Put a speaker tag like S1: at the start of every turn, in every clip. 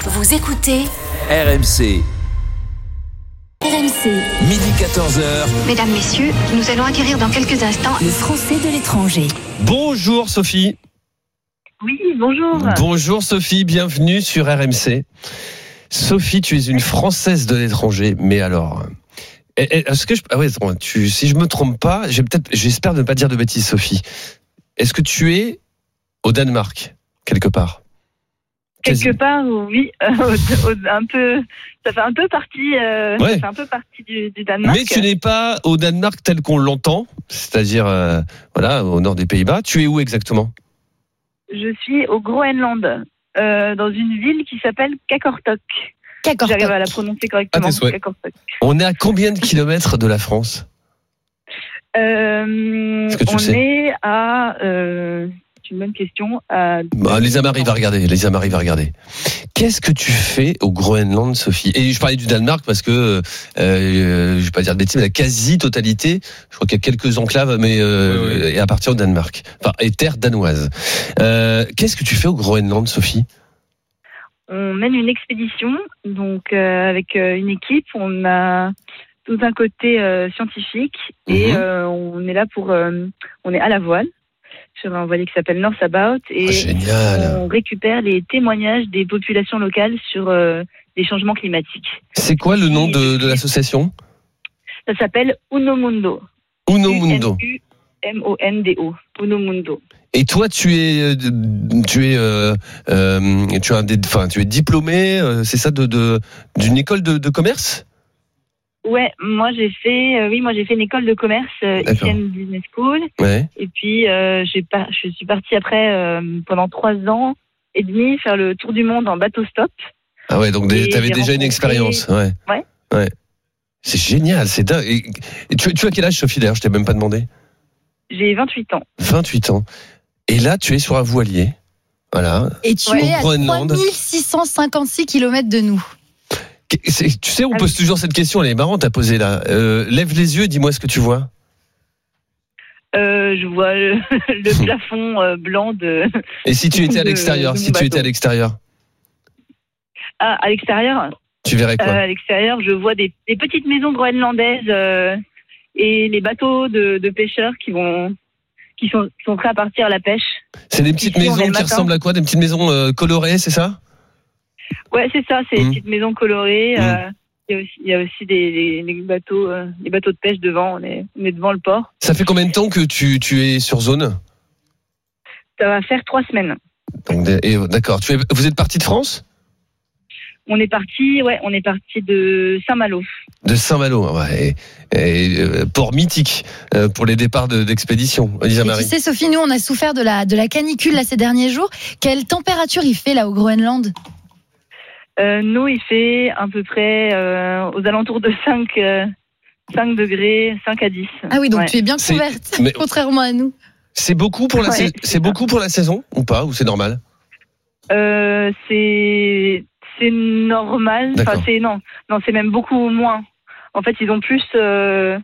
S1: Vous écoutez
S2: RMC,
S1: RMC,
S2: midi 14h.
S3: Mesdames, Messieurs, nous allons atterrir dans quelques instants.
S1: le français de l'étranger.
S4: Bonjour Sophie.
S5: Oui, bonjour.
S4: Bonjour Sophie, bienvenue sur RMC. Sophie, tu es une Française de l'étranger, mais alors. eh, eh, Est-ce que je. Ah ouais, attends, tu- si je me trompe pas, j'ai peut-être, j'espère ne pas dire de bêtises, Sophie. Est-ce que tu es au Danemark, quelque part Quasi-
S5: Quelque part, oui, euh, au- au- un peu, ça fait un peu partie, euh,
S4: Ouais.
S5: ça fait un peu partie du, du Danemark.
S4: Mais tu n'es pas au Danemark tel qu'on l'entend, c'est-à-dire, euh, voilà, au nord des Pays-Bas. Tu es où exactement
S5: Je suis au Groenland, euh, dans une ville qui s'appelle Kakortok. J'arrive à la prononcer correctement.
S4: À Ah, tes souhaits.
S5: Qaqortoq.
S4: On est à combien de kilomètres de la France
S5: Euh,
S4: Est-ce que tu
S5: on
S4: le sais
S5: est à, euh, c'est une bonne question. À
S4: Bah, les Amaris va regarder, les Amaris va regarder. Qu'est-ce que tu fais au Groenland, Sophie Et je parlais du Danemark parce que, euh, je vais pas dire de bêtises, mais la quasi-totalité, je crois qu'il y a quelques enclaves, mais euh,
S6: Oui,
S4: et appartient au Danemark, enfin, et terre danoise. Euh, Qu'est-ce que tu fais au Groenland, Sophie
S5: On mène une expédition, donc euh, avec euh, une équipe. On a tout un côté euh, scientifique et
S4: Mhm.
S5: euh, on est là pour, euh, on est à la voile sur un voilier qui s'appelle North
S4: Ah,
S5: About et euh,
S4: Génial.
S5: on récupère les témoignages des populations locales sur euh, les changements climatiques.
S4: C'est quoi le nom de, de l'association
S5: Ça s'appelle Uno Mundo.
S4: Uno Mundo.
S5: M O N D O. Uno Mundo.
S4: Et toi, tu es, euh, tu es, euh, euh, tu as un, des- enfin, tu es diplômé, euh, c'est ça, de de- d'une école de, de commerce
S5: Ouais, moi j'ai fait, euh, oui, moi j'ai fait une école de commerce, euh,
S4: D'accord.
S5: ICN Business School.
S4: Ouais.
S5: Et puis, euh, j'ai par- je suis partie après, euh, pendant trois ans et demi, faire le tour du monde en bateau stop.
S4: Ah ouais, donc dé-
S5: Et
S4: t'avais
S5: j'ai
S4: déjà une
S5: rencontré-
S4: expérience. Ouais.
S5: Ouais.
S4: Ouais. C'est génial, c'est dingue. Et, et tu, tu as quel âge, Sophie D'ailleurs, je t'ai même pas demandé.
S5: J'ai 28 ans.
S4: 28 ans. Et là, tu es sur un voilier. Voilà.
S7: Et tu
S5: Ouais.
S7: es
S4: Au
S7: à
S4: Groenland.
S7: 3656 km de nous.
S4: Qu- c'est- Tu sais, on
S5: Ah
S4: pose toujours cette question, elle est marrante à poser là. Euh, lève les yeux, dis-moi ce que tu vois.
S5: Euh, je vois le, le plafond euh, blanc de.
S4: Et si tu étais à
S5: De-
S4: l'extérieur,
S5: de
S4: si
S5: mon
S4: tu étais à
S5: bateau.
S4: l'extérieur,
S5: Ah, à l'extérieur,
S4: tu verrais
S5: euh,
S4: quoi
S5: à l'extérieur, je vois des, des petites maisons groenlandaises euh, et les bateaux de, de pêcheurs qui vont, qui sont, qui sont prêts à partir à la pêche.
S4: C'est des petites
S5: ici, on est
S4: maisons
S5: le
S4: qui
S5: matin.
S4: ressemblent à quoi Des petites maisons euh, colorées, c'est ça
S5: Ouais, c'est ça, c'est
S4: Mm.
S5: des petites maisons colorées.
S4: Mm.
S5: euh, il y a aussi, il y a aussi des, des- des bateaux, euh, des bateaux de pêche devant. On est, on est devant le port.
S4: Ça fait combien de temps que tu, tu es sur zone
S5: Ça va faire trois semaines.
S4: Donc, des- et- D'accord. Tu es- Vous êtes parti de France
S5: On est parti, ouais, on est parti de Saint-Malo.
S4: De Saint-Malo, hein, ouais. Et, et, euh, port mythique euh, pour les départs de- d'expédition, Elisa
S7: Et tu
S4: Marie.
S7: sais, Sophie, nous, on a souffert de la, de la canicule là, ces derniers jours. Quelle température il fait là au Groenland
S5: Euh, nous, il fait à peu près euh, aux alentours de 5, euh, 5 degrés, 5 à 10.
S7: Ah oui, donc
S5: Ouais.
S7: tu es bien
S4: C'est-
S7: couverte,
S4: mais-
S7: contrairement à nous.
S4: C'est beaucoup pour la
S5: Ouais,
S4: saison,
S5: c'est
S4: c'est
S5: ça.
S4: beaucoup pour la saison ou pas ou c'est normal
S5: Euh, c'est c'est normal. Enfin,
S4: D'accord.
S5: c'est non, non, c'est même beaucoup moins. En fait, ils ont plus, euh,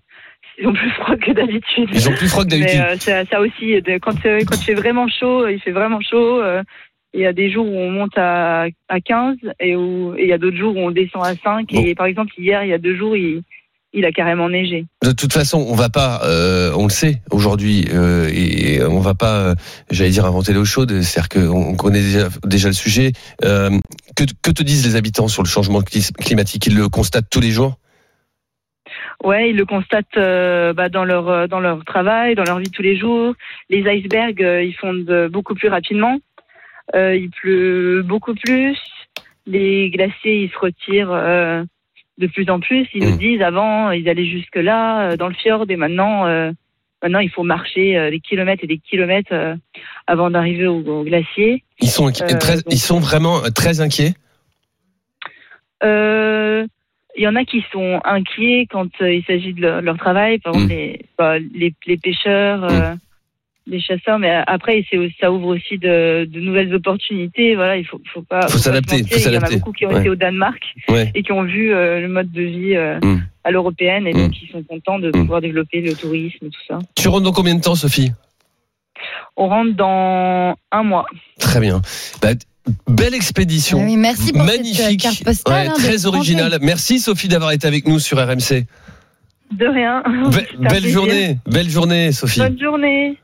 S5: ils ont plus froid que d'habitude.
S4: Ils ont plus froid que
S5: Mais
S4: d'habitude.
S5: euh, ça, ça aussi, de- quand euh, quand il fait vraiment chaud, il fait vraiment chaud. euh, il y a des jours où on monte à, à 15 et où et il y a d'autres jours où on descend à 5.
S4: Bon.
S5: Et par exemple, hier, il y a deux jours, il, il a carrément neigé.
S4: De toute façon, on va pas, euh, on le sait aujourd'hui, euh, et on va pas, euh, j'allais dire inventer l'eau chaude. C'est-à-dire qu'on on connaît déjà, déjà le sujet. Euh, que, que te disent les habitants sur le changement clis- climatique Ils le constatent tous les jours.
S5: Ouais, ils le constatent euh, bah, dans leur euh, dans leur travail, dans leur vie de tous les jours. Les icebergs, euh, ils fondent euh, beaucoup plus rapidement. Euh, il pleut beaucoup plus. Les glaciers, ils se retirent euh, de plus en plus. Ils
S4: Mm.
S5: nous disent avant, ils allaient jusque là euh, dans le fjord et maintenant, euh, maintenant il faut marcher euh, des kilomètres et des kilomètres euh, avant d'arriver au, au glacier.
S4: Ils sont, inqui-
S5: Euh,
S4: très-
S5: donc-
S4: ils sont vraiment euh, très inquiets.
S5: Euh, Il y en a qui sont inquiets quand euh, il s'agit de leur, leur travail, par
S4: Mm.
S5: exemple les, bah, les, les pêcheurs, euh, les chasseurs, mais euh, après c'est aussi- ça ouvre aussi de, de nouvelles opportunités. Voilà, il faut, faut pas.
S4: Faut
S5: pas se
S4: s'adapter,
S5: mentir,
S4: faut
S5: Il y en a
S4: s'adapter.
S5: beaucoup qui ont
S4: Ouais.
S5: été au Danemark
S4: Ouais.
S5: et qui ont vu euh, le mode de vie euh,
S4: Mm.
S5: à l'européenne et
S4: Mm.
S5: donc ils sont contents de
S4: Mm.
S5: pouvoir développer le tourisme et tout ça.
S4: Tu rentres dans combien de temps, Sophie
S5: On rentre dans un mois.
S4: Très bien. Bah, Belle expédition.
S7: Ah oui, merci pour cette euh,
S4: Magnifique.
S7: carte postale.
S4: Ouais,
S7: hein, de
S4: très
S7: l'étranger.
S4: original. Merci Sophie d'avoir été avec nous sur RMC.
S5: De rien.
S4: Be-
S5: C'était un
S4: belle
S7: Mmh,
S5: plaisir.
S4: journée. Belle journée Sophie.
S5: Bonne journée.